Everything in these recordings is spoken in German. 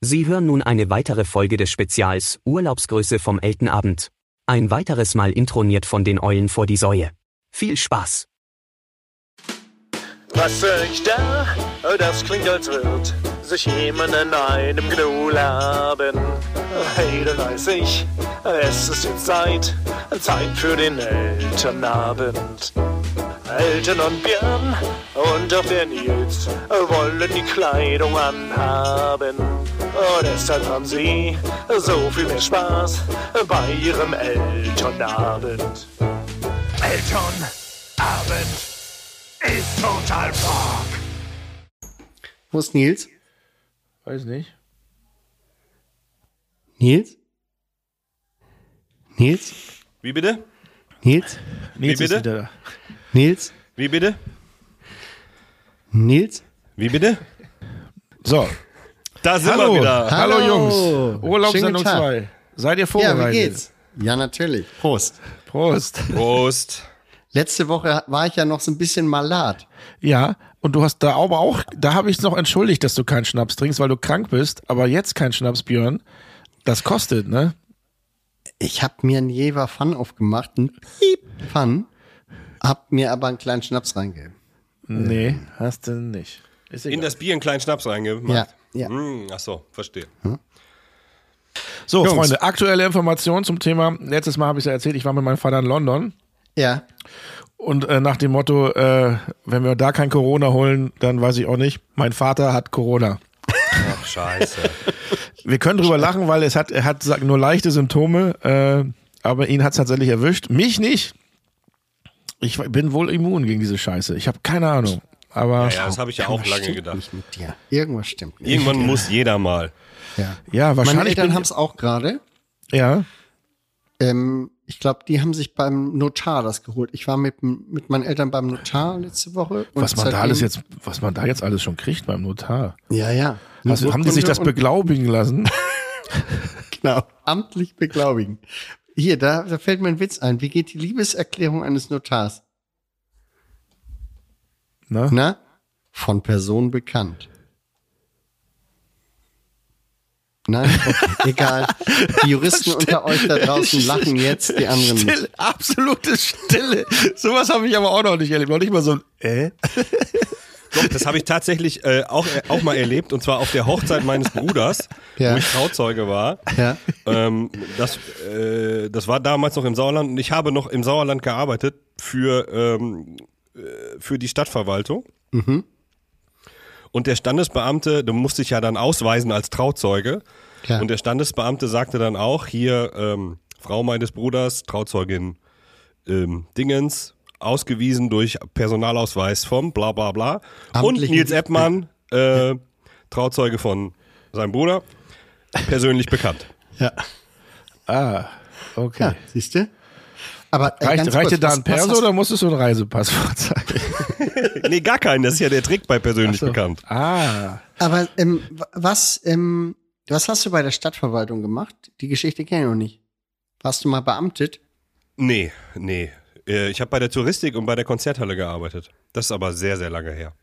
Sie hören nun eine weitere Folge des Spezials Urlaubsgröße vom Eltenabend. Ein weiteres Mal introniert von den Eulen vor die Säue. Viel Spaß! Was seh ich da? Oh, Das klingt, als wird sich jemand in einem Gnu laben. Hey, dann weiß ich, es ist jetzt Zeit, Zeit für den Elternabend. Eltern und Björn und auch der Nils wollen die Kleidung anhaben. Und deshalb haben sie so viel mehr Spaß bei ihrem Elternabend. Elternabend ist total Park. Wo ist Nils? Weiß nicht. Nils? Nils? Wie bitte? Nils? Nils bitte? ist wieder da. Nils? Wie bitte? Nils? Wie bitte? So, Da sind hallo. wir wieder. Hallo. hallo Jungs. Urlaubssendung Schönen Tag. 2. Seid ihr Ja, vorbereitet? wie geht's? Ja, natürlich. Prost. Prost. Prost. Letzte Woche war ich ja noch so ein bisschen malat. Ja, und du hast da aber auch, da habe ich noch entschuldigt, dass du keinen Schnaps trinkst, weil du krank bist, aber jetzt kein Schnaps, Björn. Das kostet, ne? Ich habe mir einen Jever Fun aufgemacht, einen Piep Fun, hab mir aber einen kleinen Schnaps reingegeben. Nee, hast du nicht. Ist In egal. das Bier einen kleinen Schnaps Ja, reingemacht. ja. Hm, ach so, verstehe. So, Jungs. Freunde, aktuelle Informationen zum Thema. Letztes Mal habe ich es ja erzählt, ich war mit meinem Vater in London Ja, und äh, nach dem Motto, äh, wenn wir da kein Corona holen, dann weiß ich auch nicht, mein Vater hat Corona. Ach, scheiße. Wir können drüber lachen, weil es hat, er hat sagt, nur leichte Symptome, äh, aber ihn hat es tatsächlich erwischt. Mich nicht. Ich bin wohl immun gegen diese Scheiße. Ich habe keine Ahnung. Aber Ja, ja, das habe ich ja auch lange gedacht. nicht mit dir. Irgendwas stimmt nicht. Irgendwann muss jeder mal. Ja. Meine wahrscheinlich. Eltern Bin, haben es auch gerade. ja, Ähm, ich glaube, die haben sich beim Notar das geholt. Ich war mit, mit meinen Eltern beim Notar letzte Woche. und was man da alles seitdem- jetzt, was man da jetzt alles schon kriegt beim Notar. Ja, ja. Also, haben die sich das Und- beglaubigen lassen? Genau, amtlich beglaubigen. Hier, da, da fällt mir ein Witz ein. Wie geht die Liebeserklärung eines Notars? Na? Na? Von Person bekannt. Nein, okay, egal. Die Juristen unter euch da draußen lachen jetzt, die anderen nicht. Stille, absolute Stille. Sowas habe ich aber auch noch nicht erlebt. Noch nicht mal so ein äh? Doch, das habe ich tatsächlich äh, auch, äh, auch mal erlebt und zwar auf der Hochzeit meines Bruders, Ja. wo ich Trauzeuge war. Ja. Ähm, das, äh, das war damals noch im Sauerland und ich habe noch im Sauerland gearbeitet für, ähm, äh, für die Stadtverwaltung. Mhm. Und der Standesbeamte, du musst dich ja dann ausweisen als Trauzeuge. Ja. Und der Standesbeamte sagte dann auch, hier, ähm, Frau meines Bruders, Trauzeugin ähm, Dingens, ausgewiesen durch Personalausweis vom bla bla bla. und Amtlichen- Nils Eppmann, äh, Trauzeuge von seinem Bruder, persönlich bekannt. Ja, Ah, okay. ja siehst du? Aber äh, Reicht, ganz reicht dir kurz, da was- ein was Perso hast- oder musstest du einen Reisepass vorzeigen? Nee, gar keinen. Das ist ja der Trick bei persönlich bekannt. Ah. Aber ähm, wa- was, ähm, was hast du bei der Stadtverwaltung gemacht? Die Geschichte kenne ich noch nicht. Warst du mal beamtet? Nee, nee. Äh, Ich habe bei der Touristik und bei der Konzerthalle gearbeitet. Das ist aber sehr, sehr lange her.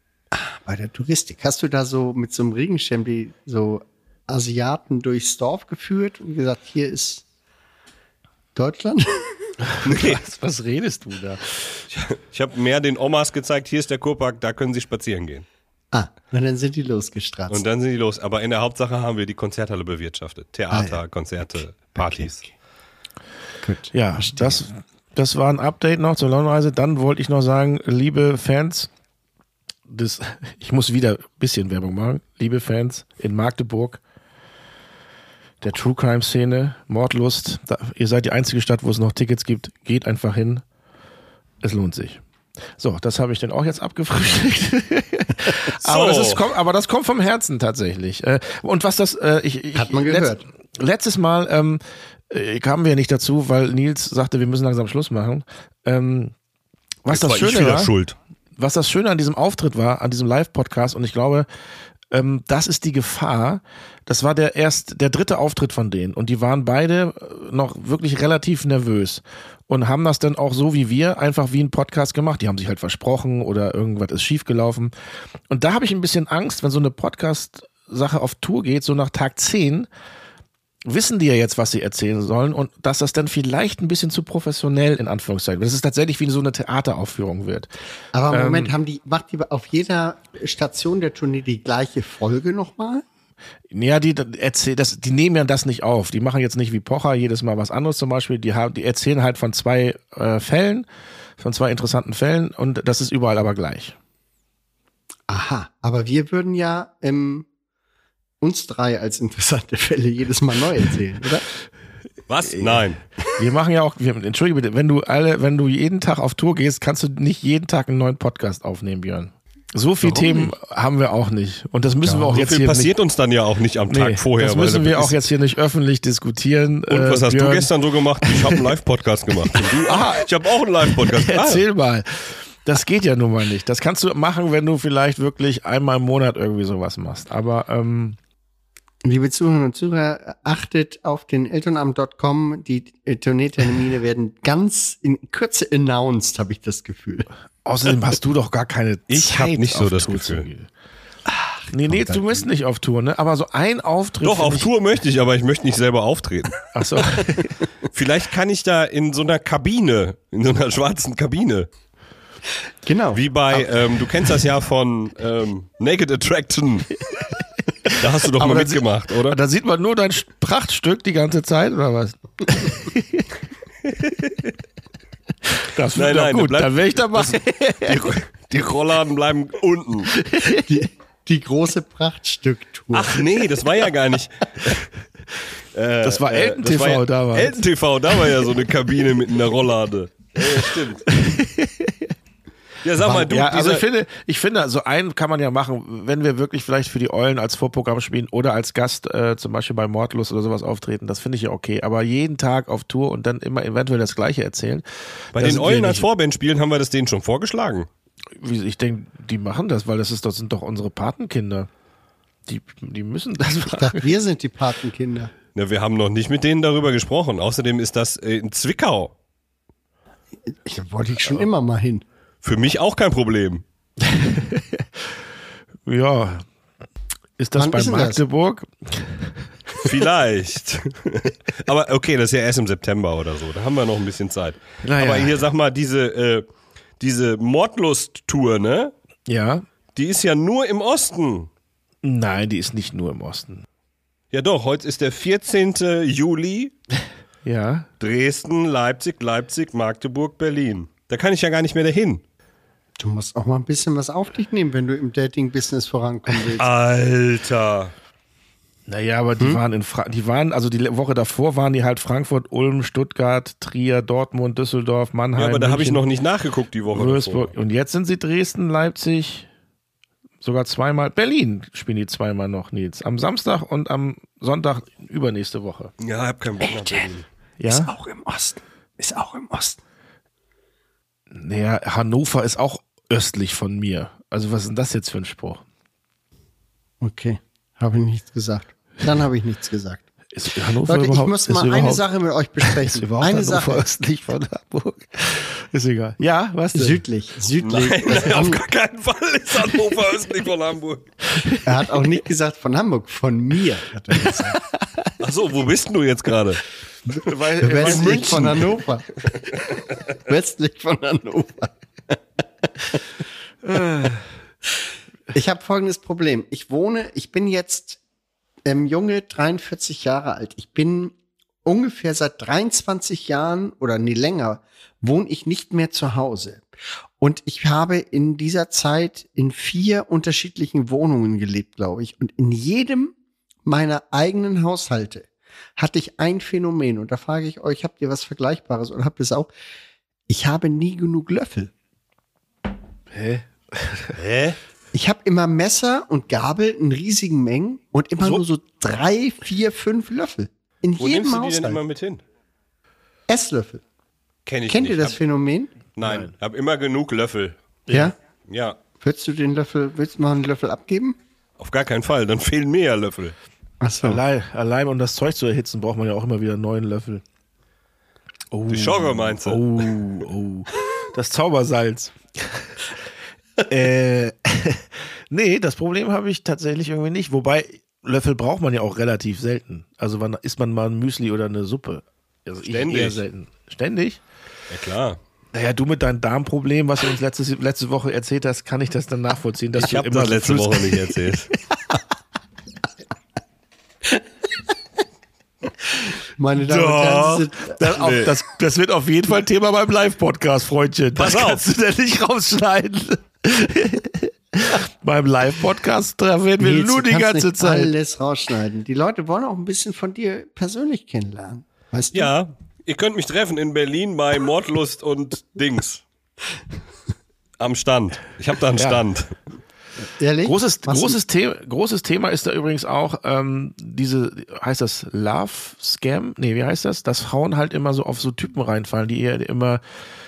Bei der Touristik. Hast du da so mit so einem Regenschirm die so Asiaten durchs Dorf geführt und gesagt, hier ist Deutschland? Was, was redest du da? Ich habe mehr den Omas gezeigt, hier ist der Kurpark, da können sie spazieren gehen. ah, und dann sind die losgestratzt. Und dann sind die los. Aber in der Hauptsache haben wir die Konzerthalle bewirtschaftet. Theater, Ah, ja. Konzerte, Partys. Gut. Ja, das, das war ein Update noch zur Londonreise. Dann wollte ich noch sagen, liebe Fans, des, ich muss wieder ein bisschen Werbung machen. Liebe Fans in Magdeburg, der True Crime Szene, Mordlust, da, ihr seid die einzige Stadt, wo es noch Tickets gibt. Geht einfach hin. Es lohnt sich. So, das habe ich dann auch jetzt abgefrühstückt. aber, das ist, kommt, aber das kommt vom Herzen tatsächlich. Äh, Und was das, äh, ich, ich, Hat man gehört. Letzt, letztes Mal ähm, äh, kamen wir nicht dazu, weil Nils sagte, wir müssen langsam Schluss machen. Ähm, was das war ich Schöne wieder war, schuld. was das Schöne an diesem Auftritt war, an diesem Live-Podcast, und ich glaube, ähm, das ist die Gefahr. Das war der erst der dritte Auftritt von denen und die waren beide äh, noch wirklich relativ nervös und haben das dann auch so wie wir einfach wie ein Podcast gemacht. Die haben sich halt versprochen oder irgendwas ist schiefgelaufen. Und da habe ich ein bisschen Angst, wenn so eine Podcast Sache auf Tour geht, so nach Tag 10, wissen die ja jetzt, was sie erzählen sollen und dass das dann vielleicht ein bisschen zu professionell in Anführungszeichen, dass es tatsächlich wie so eine Theateraufführung wird. Aber Ähm. im Moment haben die, macht die auf jeder Station der Tournee die gleiche Folge nochmal? Ja, die, die erzähl, das, die nehmen ja das nicht auf. Die machen jetzt nicht wie Pocher jedes Mal was anderes zum Beispiel. Die, haben, die erzählen halt von zwei äh, Fällen, von zwei interessanten Fällen und das ist überall aber gleich. Aha, aber wir würden ja ähm, uns drei als interessante Fälle jedes Mal neu erzählen, oder? Was? Äh, Nein. Wir machen ja auch, wir, entschuldige bitte, wenn du alle, wenn du jeden Tag auf Tour gehst, kannst du nicht jeden Tag einen neuen Podcast aufnehmen, Björn. So viel Themen haben wir auch nicht. Und das müssen wir auch So jetzt viel hier passiert uns dann ja auch nicht am nicht. Tag vorher. das weil müssen wir ist- auch jetzt hier nicht öffentlich diskutieren. Und was äh, hast Björn. du gestern so gemacht? Ich habe einen Live-Podcast gemacht. Und du, ah, ich habe auch einen Live-Podcast. Ah, Erzähl mal. Das geht ja nun mal nicht. Das kannst du machen, wenn du vielleicht wirklich einmal im Monat irgendwie sowas machst. Aber ähm, Liebe Zuhörerinnen und Zuhörer, achtet auf den elternamt.com. Die äh, Tourneetermine werden ganz in Kürze announced, habe ich das Gefühl. außerdem hast du doch gar keine Ich hab Zeit. nicht so auf das Tour zu Gefühl. gehen. nee, nee, du bist nicht auf Tour, ne? Aber so ein Auftritt. Ah, Doch, auf find Tour möchte ich, aber ich möchte nicht selber auftreten. Ich, ach so. Vielleicht kann ich da in so einer Kabine, in so einer schwarzen Kabine, Genau. wie bei, ähm, du kennst das ja von ähm, Naked Attraction. Da hast du doch Aber mal dann sie- mitgemacht, oder? Da sieht man nur dein Prachtstück die ganze Zeit, oder was? das wird Nein, doch nein, gut. bleib- Dann wäre ich dabei. Die, die Rollladen bleiben unten. die, die große Prachtstück-Tour. Ach nee, das war ja gar nicht. Äh, Das war Elten-TV das war ja, damals. Elten-TV, da war ja so eine Kabine mit einer Rolllade. Ja, stimmt. Ja, sag mal, du, ja, also ich dieser, finde, ich finde, so einen kann man ja machen, wenn wir wirklich vielleicht für die Eulen als Vorprogramm spielen oder als Gast äh, zum Beispiel bei Mordlust oder sowas auftreten, das finde ich ja okay. Aber jeden Tag auf Tour und dann immer eventuell das Gleiche erzählen. bei da den sind wir Eulen als nicht- Vorband spielen, haben wir das denen schon vorgeschlagen. Wie- Ich denke, die machen das, weil das ist, das sind doch unsere Patenkinder. Die, die müssen das Ich machen. dachte, wir sind die Patenkinder. Na, Ne, wir haben noch nicht mit denen darüber gesprochen. Außerdem ist das äh, in Zwickau Da wollte ich schon immer mal hin. für mich auch kein Problem. Ja. Ist das Wann bei ist denn das? Magdeburg? Vielleicht. Aber okay, das ist ja erst im September oder so. Da haben wir noch ein bisschen Zeit. Naja. Aber hier, sag mal, diese, äh, diese Mordlust-Tour, ne? Ja. Die ist ja nur im Osten. Nein, die ist nicht nur im Osten. Ja doch, heute ist der 14. Juli. Ja. Dresden, Leipzig, Leipzig, Magdeburg, Berlin. Da kann ich ja gar nicht mehr dahin. Du musst auch mal ein bisschen was auf dich nehmen, wenn du im Dating-Business vorankommen willst. Ah. Alter. Naja, aber die Hm? waren in Fra die waren, also die Le- Woche davor waren die halt Frankfurt, Ulm, Stuttgart, Trier, Dortmund, Düsseldorf, Mannheim. Ja, aber da habe ich München, noch nicht nachgeguckt die Woche. Würzburg. Davor. Und jetzt sind sie Dresden, Leipzig, sogar zweimal. Berlin spielen die zweimal noch, Nils. Am Samstag und am Sonntag übernächste Woche. Ja, hab keinen Bock nach Berlin. Ist Ja. auch im Osten. Ist auch im Osten. Naja, Hannover ist auch östlich von mir. Also, was ist denn das jetzt für ein Spruch? Okay, habe ich nichts gesagt. Dann habe ich nichts gesagt. Ist Hannover Leute, ich überhaupt- muss ist mal eine überhaupt- Sache mit euch Ist besprechen. überhaupt Eine Hannover Sache. östlich von Hamburg? Ist egal. Ja, was denn? Südlich, südlich. Nein, Das nein, auf haben- gar keinen Fall ist Hannover östlich von Hamburg. er hat auch nicht gesagt von Hamburg, von mir. Hat er gesagt. Achso, wo bist denn du jetzt gerade? Westlich von Hannover. Westlich von Hannover. ich habe folgendes Problem. Ich wohne, ich bin jetzt ähm, junge 43 Jahre alt. Ich bin ungefähr seit 23 Jahren oder nee, länger wohne ich nicht mehr zu Hause. Und ich habe in dieser Zeit in vier unterschiedlichen Wohnungen gelebt, glaube ich. Und in jedem meiner eigenen Haushalte hatte ich ein Phänomen. Und da frage ich euch, habt ihr was Vergleichbares oder habt ihr es auch? Ich habe nie genug Löffel. Hä? Hä? Ich habe immer Messer und Gabel in riesigen Mengen und immer So? nur so drei, vier, fünf Löffel. In Wo jedem nimmst du die denn immer Haushalt. mit hin? Esslöffel. Kenn ich Kennt nicht. ihr das hab, Phänomen? Nein, hab immer genug Löffel. Ja. Ja, Würdest du den Löffel, willst du mal einen Löffel abgeben? auf gar keinen Fall. Dann fehlen mir ja Löffel. Achso. Allein, allein um das Zeug zu erhitzen, braucht man ja auch immer wieder einen neuen Löffel. Oh, Die Schorre meinst du? Oh, oh. Das Zaubersalz. äh, Nee, das Problem habe ich tatsächlich irgendwie nicht. Wobei, Löffel braucht man ja auch relativ selten. Also wann isst man mal ein Müsli oder eine Suppe? Also Ständig. Ich eher selten. Ständig? Ja, klar. Naja, du mit deinem Darmproblem, was du uns letztes, letzte Woche erzählt hast, kann ich das dann nachvollziehen, dass Ich du habe immer das so letzte Flüss- Woche nicht erzählt. Meine Damen und Doch, Herren, das, äh, auf, das, das wird auf jeden Fall Thema beim Live-Podcast, Freundchen. Das Pass auf. kannst du denn nicht rausschneiden. beim Live-Podcast da werden wir Nils, nur du die kannst ganze nicht Zeit. alles rausschneiden. Die Leute wollen auch ein bisschen von dir persönlich kennenlernen. Weißt du? Ja, ihr könnt mich treffen in Berlin bei Mordlust und Dings. Am Stand. Ich habe da einen Stand. Ehrlich? Großes, Machst du- großes, The großes Thema ist da übrigens auch ähm, diese, heißt das Love Scam? Nee, wie heißt das? Dass Frauen halt immer so auf so Typen reinfallen, die ihr immer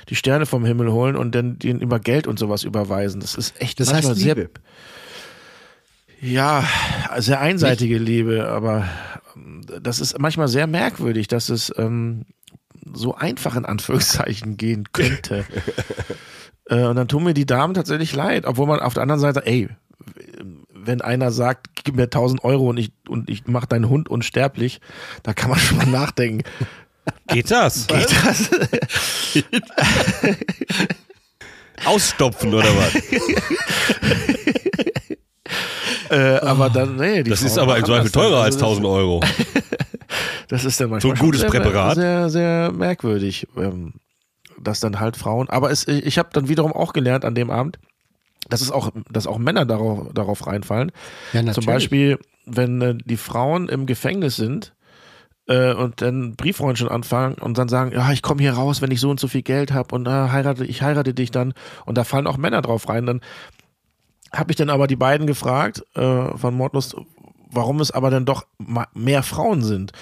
die Sterne vom Himmel holen und dann denen immer Geld und sowas überweisen. Das ist echt Das heißt manchmal sehr, Liebe. ja, sehr einseitige Liebe, aber ähm, das ist manchmal sehr merkwürdig, dass es ähm, so einfach in Anführungszeichen gehen könnte. äh, und dann tun mir die Damen tatsächlich leid, obwohl man auf der anderen Seite, ey, wenn einer sagt, gib mir 1000 Euro und ich, und ich mach deinen Hund unsterblich, da kann man schon mal nachdenken. Geht das? Geht das? Ausstopfen oder was? Äh, aber dann, nee, die Das ist Frauen aber im machen Zweifel das dann. teurer als Also das- 1000 Euro. Das ist dann So manchmal ein gutes schon sehr, Präparat. Sehr, sehr merkwürdig, ähm, dass dann halt Frauen. Aber es, ich habe dann wiederum auch gelernt an dem Abend, dass es auch, dass auch Männer darauf, darauf reinfallen. Ja, natürlich. Zum Beispiel, wenn äh, die Frauen im Gefängnis sind äh, und dann Brieffreundchen anfangen und dann sagen, ja, ich komme hier raus, wenn ich so und so viel Geld habe und äh, heirate, ich heirate dich dann. Und da fallen auch Männer drauf rein. Dann habe ich dann aber die beiden gefragt äh, von Mordlust, warum es aber dann doch ma- mehr Frauen sind.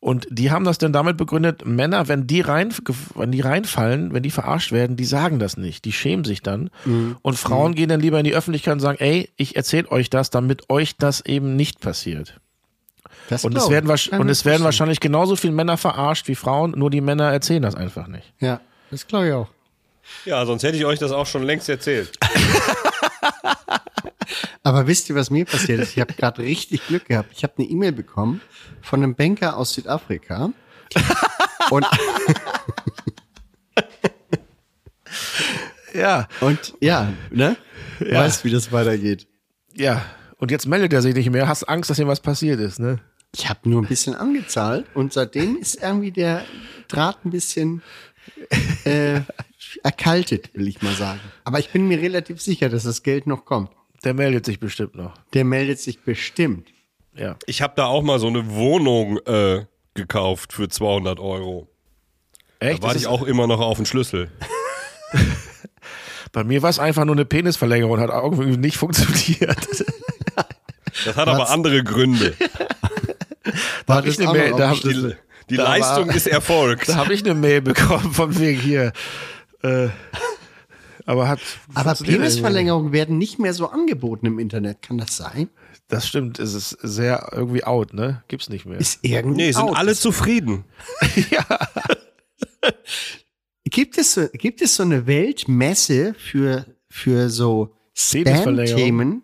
Und die haben das dann damit begründet, Männer, wenn die, rein, wenn die reinfallen, wenn die verarscht werden, die sagen das nicht, die schämen sich dann. Mhm. Und Frauen gehen dann lieber in die Öffentlichkeit und sagen, ey, ich erzähle euch das, damit euch das eben nicht passiert. Das Und es, glaub werden, ich. wahrsch- Kann und ich es werden verstehen. wahrscheinlich genauso viele Männer verarscht wie Frauen, nur die Männer erzählen das einfach nicht. Ja, das glaube ich auch. Ja, sonst hätte ich euch das auch schon längst erzählt. Aber wisst ihr, was mir passiert ist? Ich habe gerade richtig Glück gehabt. Ich habe eine E-Mail bekommen von einem Banker aus Südafrika. Und, Ja, und ja, ne? Ja. Weißt, wie das weitergeht. ja. Und jetzt meldet er sich nicht mehr, hast Angst, dass ihm was passiert ist, ne? Ich habe nur ein bisschen angezahlt und seitdem ist irgendwie der Draht ein bisschen äh, erkaltet, will ich mal sagen. Aber ich bin mir relativ sicher, dass das Geld noch kommt. Der meldet sich bestimmt noch. Der meldet sich bestimmt. Ja. Ich habe da auch mal so eine Wohnung äh, gekauft für 200 Euro. Echt? Da warte Das ich ist- auch immer noch auf den Schlüssel. Bei mir war es einfach nur eine Penisverlängerung, hat irgendwie nicht funktioniert. Das hat aber andere Gründe. War ich eine Mail- da hab- Die, die Da war- Leistung ist erfolgt. Da habe ich eine Mail bekommen von wegen hier. Äh, aber hat. Aber funktioniert Penisverlängerungen werden nicht mehr so angeboten im Internet. Kann das sein? irgendwie. Das stimmt, es ist sehr irgendwie out, ne? Gibt's nicht mehr. Ist irgendwie. Nee, sind out. alle zufrieden. Gibt es so, gibt es so eine Weltmesse für, für so Penisverlängerung? Spam-Themen?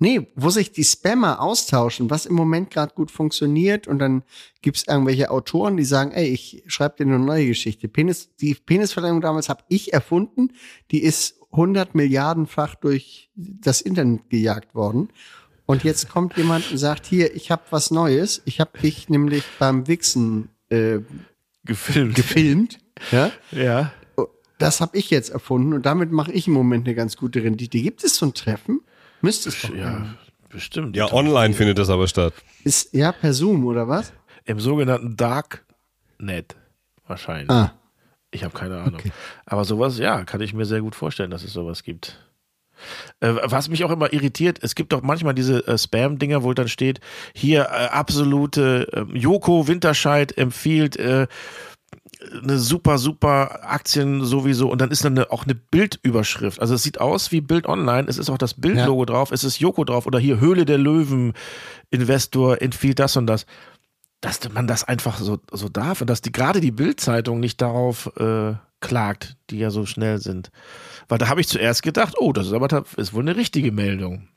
Nee, wo sich die Spammer austauschen, was im Moment gerade gut funktioniert und dann gibt es irgendwelche Autoren, die sagen, ey, ich schreibe dir eine neue Geschichte. Penis, die Penisverlängerung damals habe ich erfunden, die ist 100 Milliardenfach durch das Internet gejagt worden. Und jetzt kommt jemand und sagt, hier, ich habe was Neues, ich habe dich nämlich beim Wichsen äh, Gefilmt. gefilmt. Ja? ja. das habe ich jetzt erfunden und damit mache ich im Moment eine ganz gute Rendite. Gibt es so ein Treffen? Müsste es doch. geben. Ja, bestimmt. Ja, online findet das aber statt. Ist ja per Zoom oder was? Im sogenannten Darknet. Wahrscheinlich. Ah, Ich habe keine Ahnung. Aber sowas, ja, kann ich mir sehr gut vorstellen, dass es sowas gibt. Äh, was mich auch immer irritiert, es gibt doch manchmal diese äh, Spam-Dinger, wo dann steht, hier äh, absolute ähm, Joko Winterscheid empfiehlt äh, eine super, super Aktien sowieso und dann ist dann eine, auch eine Bildüberschrift. Also es sieht aus wie Bild Online, es ist auch das Bildlogo drauf, es ist Joko drauf oder hier Höhle der Löwen, Investor empfiehlt das und das dass man das einfach so, so darf und dass die gerade die Bild-Zeitung nicht darauf äh, klagt, die ja so schnell sind. Weil da habe ich zuerst gedacht, oh, das ist aber ta- ist wohl eine richtige Meldung.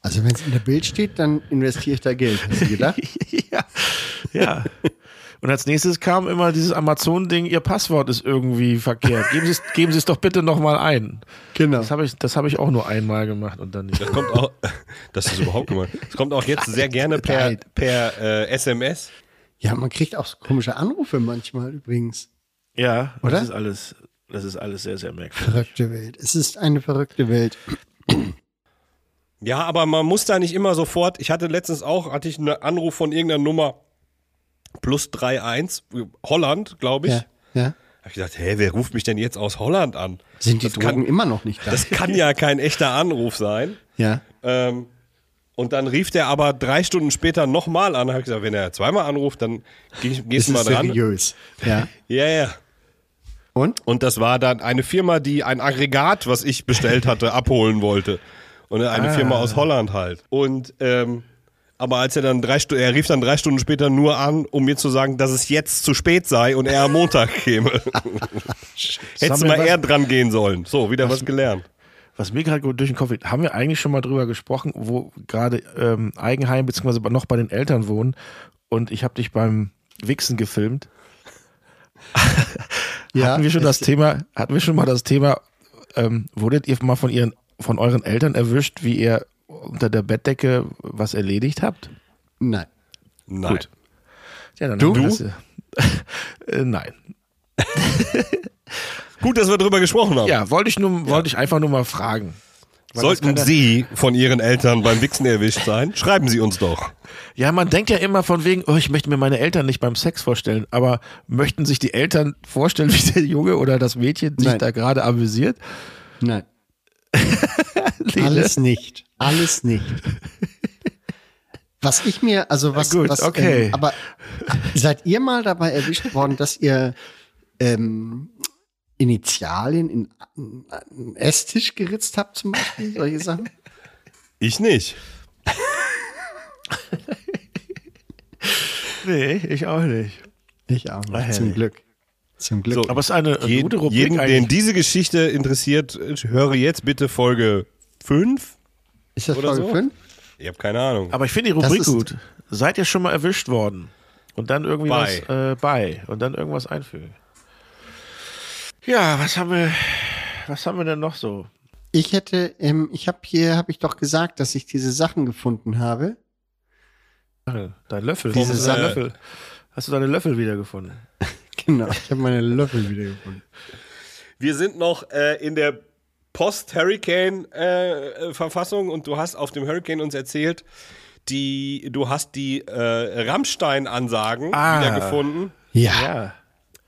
Also wenn es in der Bild steht, dann investiere ich da Geld, hast du gedacht? ja. ja. Und als nächstes kam immer dieses Amazon-Ding, ihr Passwort ist irgendwie verkehrt. Geben Sie es, geben Sie es doch bitte nochmal ein. Genau. Das habe ich, das habe ich auch nur einmal gemacht und dann nicht. Das kommt auch, das ist überhaupt gemeint. Das kommt auch jetzt sehr gerne per, per äh, SMS. Ja, man kriegt auch so komische Anrufe manchmal übrigens. Ja, Oder? das ist alles, das ist alles sehr, sehr merkwürdig. Verrückte Welt. Es ist eine verrückte Welt. Ja, aber man muss da nicht immer sofort. Ich hatte letztens auch, hatte ich einen Anruf von irgendeiner Nummer plus 31, Holland, glaube ich. Ja. ja. Hab ich gedacht, hä, wer ruft mich denn jetzt aus Holland an? Sind die das Drogen kann, immer noch nicht da? Das kann ja kein echter Anruf sein. ja. Ähm, und dann rief der aber drei Stunden später nochmal an. Hab ich gesagt, wenn er zweimal anruft, dann geh, gehst Ist du mal es dran. seriös. Ja. Ja, ja. Und? Und das war dann eine Firma, die ein Aggregat, was ich bestellt hatte, abholen wollte. Und eine Ah. Firma aus Holland halt. Und ähm, aber als er dann drei Stunden, er rief dann drei Stunden später nur an, um mir zu sagen, dass es jetzt zu spät sei und er am Montag käme. Hättest du Sammeln mal was- eher dran gehen sollen. So, wieder was gelernt. Was mir gerade gut durch den Kopf geht, haben wir eigentlich schon mal drüber gesprochen, wo gerade ähm, Eigenheim beziehungsweise noch bei den Eltern wohnen und ich habe dich beim Wichsen gefilmt. Ja. hatten wir schon es- das Thema, hatten wir schon mal das Thema, ähm, wurdet ihr mal von ihren, von euren Eltern erwischt, wie ihr unter der Bettdecke was erledigt habt? Nein. Nein. Gut. Ja, dann Du? haben wir das, äh, äh, nein. Gut, dass wir drüber gesprochen Oh. haben. Ja, wollte ich nur, wollte ich einfach nur mal fragen. Weil das Sollten kann ja- Sie von Ihren Eltern beim Wichsen erwischt sein, schreiben Sie uns doch. Ja, man denkt ja immer von wegen, oh, ich möchte mir meine Eltern nicht beim Sex vorstellen, aber möchten sich die Eltern vorstellen, wie der Junge oder das Mädchen sich Nein. da gerade amüsiert? Nein. ne? Alles nicht. Alles nicht. Was ich mir, also was, Na gut, was okay. ähm, aber seid ihr mal dabei erwischt worden, dass ihr ähm, Initialien in einen Esstisch geritzt habt zum Beispiel? Solche Sachen? Ich nicht. Nee, ich auch nicht. Ich auch nicht. Zum Glück. Zum Glück. So, Aber es ist eine äh, Je- gute Rubrik jeden, den eigentlich. diese Geschichte interessiert, höre jetzt bitte Folge 5. ist das oder Folge so? 5? Ich habe keine Ahnung. Aber ich finde die Rubrik ist- gut. Seid ihr schon mal erwischt worden? Und dann irgendwie Bei. was äh, bei und dann irgendwas einfügen. Ja, was haben wir, was haben wir denn noch so? Ich hätte, ähm, ich habe hier, habe ich doch gesagt, dass ich diese Sachen gefunden habe. Dein Löffel. Diese Warum ist dein Sache. Löffel? Hast du deine Löffel wiedergefunden? Genau, ich habe meine Löffel wiedergefunden. Wir sind noch äh, in der Post-Hurricane-Verfassung und du hast auf dem Hurricane uns erzählt, die, du hast die äh, Rammstein-Ansagen Ah. wiedergefunden, Ja, Ja.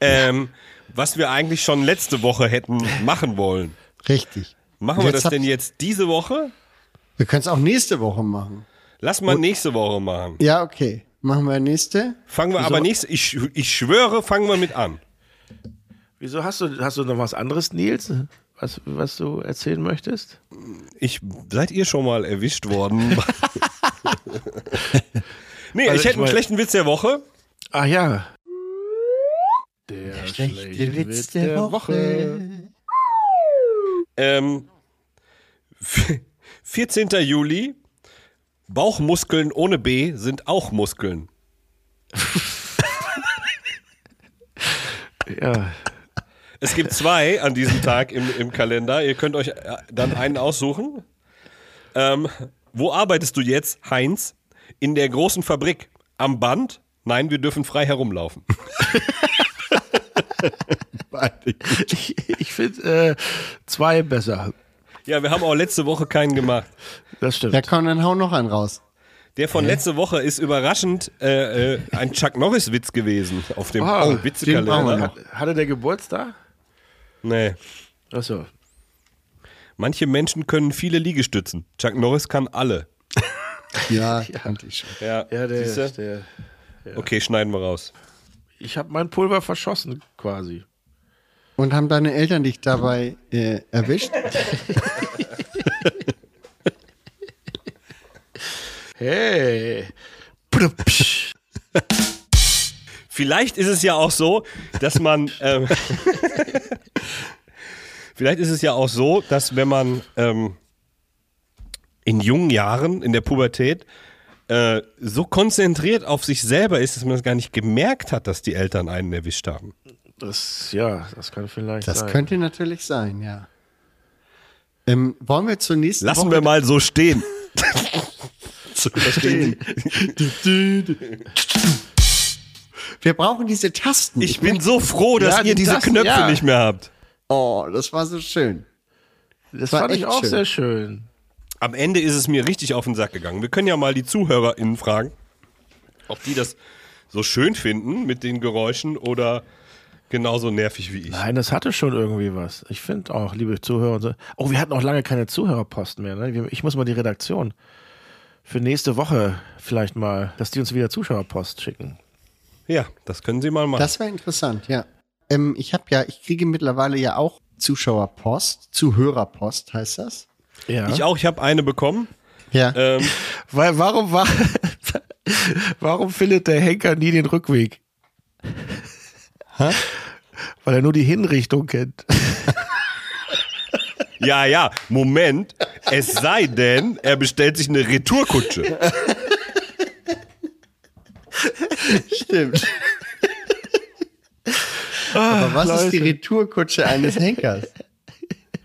ähm, was wir eigentlich schon letzte Woche hätten machen wollen. richtig. Machen Und wir jetzt das hab denn ich- jetzt diese Woche? Wir können es auch nächste Woche machen. Lass mal nächste Woche machen. Ja, okay. Machen wir nächste. Fangen wir aber nächste, ich, ich schwöre, fangen wir mit an. Wieso hast du, hast du noch was anderes, Nils? Was, was du erzählen möchtest? Ich, seid ihr schon mal erwischt worden? nee, Also ich ich hätte einen mein- schlechten Witz der Woche. Ach ja. Der, schlechte Witz der Woche. Ähm, 14. Juli. Bauchmuskeln ohne B sind auch Muskeln. Ja. Es gibt zwei an diesem Tag im, im Kalender. Ihr könnt euch äh, dann einen aussuchen. Ähm, wo arbeitest du jetzt, Heinz? In der großen Fabrik. Am Band? Nein, wir dürfen frei herumlaufen. Ich, ich finde äh, zwei besser. Ja, wir haben auch letzte Woche keinen gemacht. Das stimmt. Ja, komm, dann hau noch einen raus. Der von letzte Woche ist überraschend äh, äh, ein Chuck Norris Witz gewesen auf dem den Ah, oh, brauchen wir Witzekalender. noch. Hatte der Geburtstag? Nee. Achso. Manche Menschen können viele Liegestützen. Chuck Norris kann alle. Ja, kannte ich schon. Ja, Ja, der, siehste? der, Okay, schneiden wir raus. ich habe mein Pulver verschossen quasi. Und haben deine Eltern dich dabei äh, erwischt? Hey. Vielleicht ist es ja auch so, dass man. Ähm, vielleicht ist es ja auch so, dass wenn man. Ähm, in jungen Jahren, in der Pubertät, äh, so konzentriert auf sich selber ist, dass man das gar nicht gemerkt hat, dass die Eltern einen erwischt haben. Das, ja, das kann vielleicht Das sein. könnte natürlich sein, ja. Ähm, wollen wir zur nächsten Lassen Woche wir mal so stehen. so stehen? wir brauchen diese Tasten. Ich bin so froh, dass Ja, ihr diese das- Knöpfe ja. nicht mehr habt. Oh, das war so schön. das war fand ich echt auch schön. sehr schön. Am Ende ist es mir richtig auf den Sack gegangen. Wir können ja mal die ZuhörerInnen fragen, ob die das so schön finden mit den Geräuschen oder genauso nervig wie ich. Nein, das hatte schon irgendwie was. Ich finde auch, liebe Zuhörer. und so- Oh, wir hatten auch lange keine Zuhörerposten mehr. Ne? Wir- Ich muss mal die Redaktion für nächste Woche vielleicht mal, dass die uns wieder Zuschauerpost schicken. Ja, das können Sie mal machen. Das wäre interessant, ja. Ähm, ich habe ja, ich kriege mittlerweile ja auch Zuschauerpost, Zuhörerpost heißt das. Ja. ich auch, ich habe eine bekommen. Ja. Ähm, Weil warum war, warum findet der Henker nie den Rückweg? Weil er nur die Hinrichtung kennt. Ähm, ja, ja, Moment. Es sei denn, er bestellt sich eine Retourkutsche. Stimmt. Aber was ist die Leute. Retourkutsche eines Henkers?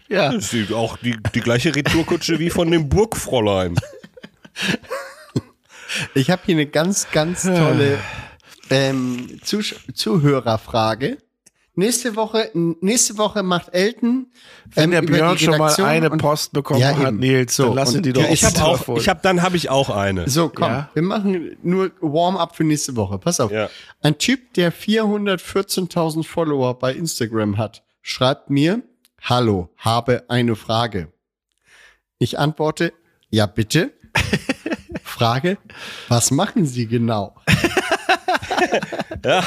Ja. Das ist auch die, die gleiche Retourkutsche wie von dem Burgfräulein. Ich habe hier eine ganz, ganz tolle ähm, Zusch Zuhörerfrage. Nächste Woche, n- nächste Woche macht Elton. ähm, Wenn der über die Björn schon mal Redaktion eine und- Post bekommen Ja, hat, eben. Nils, So, dann lassen und die doch Ich habe Post auch, davon. ich habe dann habe ich auch eine. So, komm, Ja. wir machen nur Warm-up für nächste Woche. Pass auf. Ja. Ein Typ, der 414.000 Follower bei Instagram hat, schreibt mir, hallo, habe eine Frage. Ich antworte, ja bitte. Frage, was machen Sie genau? Ja,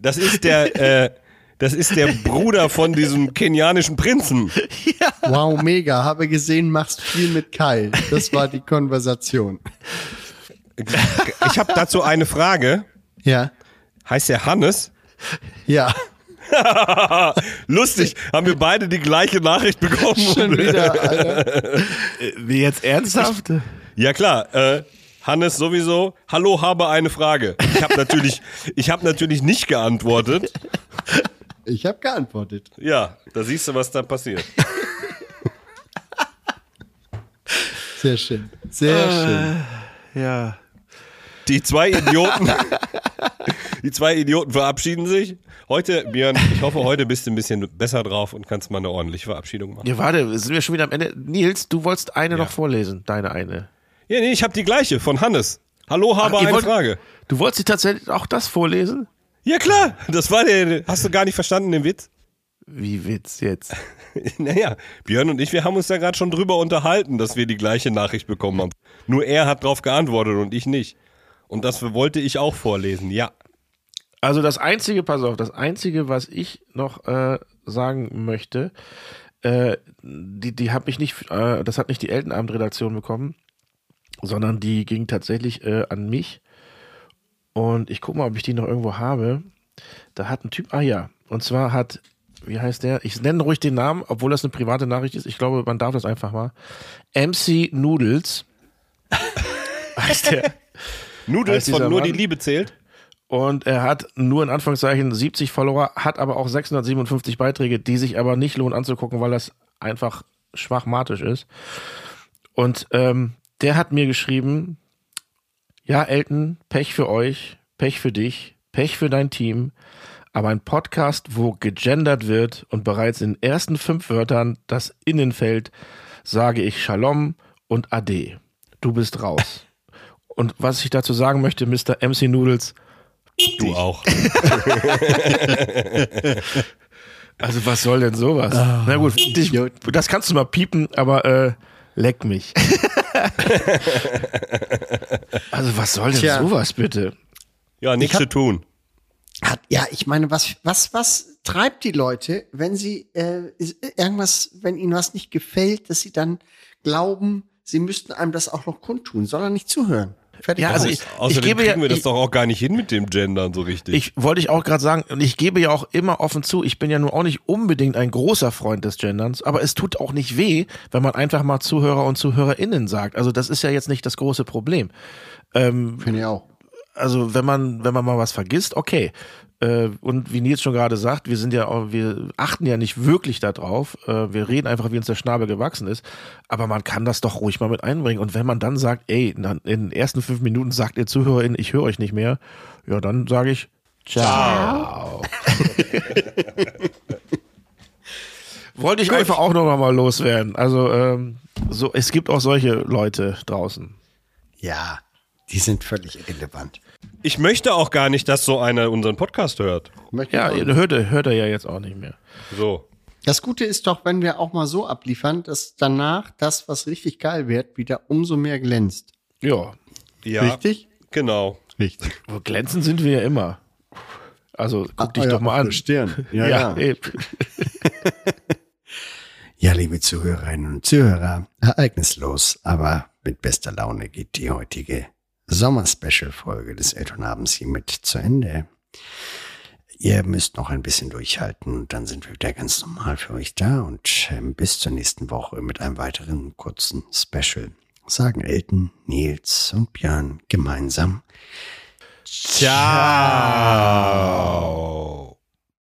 das ist der, äh, das ist der Bruder von diesem kenianischen Prinzen. Wow, mega, habe gesehen, machst viel mit Kai. Das war die Konversation. Ich habe dazu eine Frage. Ja, Heißt der Hannes? Ah, ja, Lustig, haben wir beide die gleiche Nachricht bekommen. schon wieder. Alter. Wie jetzt ernsthaft? Ja klar, äh, Hannes sowieso. Hallo, habe eine Frage. Ich habe natürlich, ich habe natürlich nicht geantwortet. Ich habe geantwortet. Ja, da siehst du, was da passiert. Sehr schön, sehr schön. Ja. Die zwei Idioten, die zwei Idioten verabschieden sich. Heute, Björn, ich hoffe, heute bist du ein bisschen besser drauf und kannst mal eine ordentliche Verabschiedung machen. Ja, warte, sind wir schon wieder am Ende. Nils, du wolltest eine noch vorlesen, deine eine. Ja, nee, ich habe die gleiche von Hannes. Hallo, Ach, Ah, habe ihr eine wollt- Frage. Du wolltest dir tatsächlich auch das vorlesen? Ja klar, das war der. Hast du gar nicht verstanden den Witz? Wie Witz jetzt? Naja, Björn und ich, wir haben uns da gerade schon drüber unterhalten, dass wir die gleiche Nachricht bekommen haben. Nur er hat drauf geantwortet und ich nicht. Und das wollte ich auch vorlesen. Ja, Also das Einzige, pass auf, das Einzige, was ich noch äh, sagen möchte, äh, die, die habe ich nicht, äh, das hat nicht die Elternabendredaktion bekommen, sondern die ging tatsächlich äh, an mich. Und ich gucke mal, ob ich die noch irgendwo habe. Da hat ein Typ, ah ja, und zwar hat, wie heißt der? Ich nenne ruhig den Namen, obwohl das eine private Nachricht ist. Ich glaube, man darf das einfach mal. MC Noodles heißt der. Nudels Heißt dieser von nur die Mann? Liebe zählt. Und er hat nur in Anführungszeichen 70 Follower, hat aber auch 657 Beiträge, die sich aber nicht lohnen anzugucken, weil das einfach schwachmatisch ist. Und ähm, der hat mir geschrieben, ja, Elton, Pech für euch, Pech für dich, Pech für dein Team. Aber ein Podcast, wo gegendert wird und bereits in den ersten fünf Wörtern das Innenfeld, sage ich Shalom und Ade. Du bist raus. Und was ich dazu sagen möchte, Mr. MC Noodles, Du auch. Also was soll denn sowas? Na gut, dich, das kannst du mal piepen, aber äh, leck mich. also was soll denn Tja. sowas bitte? Ja, nichts zu tun. Hat, ja, ich meine, was, was, was treibt die Leute, wenn sie äh, ist- irgendwas, wenn ihnen was nicht gefällt, dass sie dann glauben, sie müssten einem das auch noch kundtun, soll er nicht zuhören. Fertig. Ja, also Prost. ich, ich Außerdem gebe ja, kriegen wir das ich, doch auch gar nicht hin mit dem Gendern so richtig. ich wollte ich auch gerade sagen, und ich gebe ja auch immer offen zu, ich bin ja nur auch nicht unbedingt ein großer Freund des Genderns, aber es tut auch nicht weh, wenn man einfach mal Zuhörer und ZuhörerInnen sagt. Also das ist ja jetzt nicht das große Problem. Finde ich auch. also wenn man, wenn man mal was vergisst, okay. Äh, und wie Nils schon gerade sagt, wir sind ja auch, wir achten ja nicht wirklich darauf. Äh, wir reden einfach, wie uns der Schnabel gewachsen ist. Aber man kann das doch ruhig mal mit einbringen. Und wenn man dann sagt, ey, na, in den ersten fünf Minuten sagt ihr ZuhörerInnen, ich höre euch nicht mehr, ja, dann sage ich, ciao. Wollte ich einfach auch nochmal mal loswerden. Also, ähm, so, es gibt auch solche Leute draußen. Ja, die sind völlig irrelevant. Ich möchte auch gar nicht, dass so einer unseren Podcast hört. Möchte Ja, ich auch- hört er, hört er ja jetzt auch nicht mehr. So. Das Gute ist doch, wenn wir auch mal so abliefern, dass danach das, was richtig geil wird, wieder umso mehr glänzt. Ja, Ja, Richtig? Genau. Richtig. Aber glänzend sind wir ja immer. Also Ah, guck dich doch mal an. Stirn. Ja, Ja, ja. ja. Ja, liebe Zuhörerinnen und Zuhörer, ereignislos, aber mit bester Laune geht die heutige Sommer-Special-Folge des Elternabends hiermit zu Ende. Ihr müsst noch ein bisschen durchhalten und dann sind wir wieder ganz normal für euch da und ähm, bis zur nächsten Woche mit einem weiteren kurzen Special. Sagen Elton, Nils und Björn gemeinsam Ciao.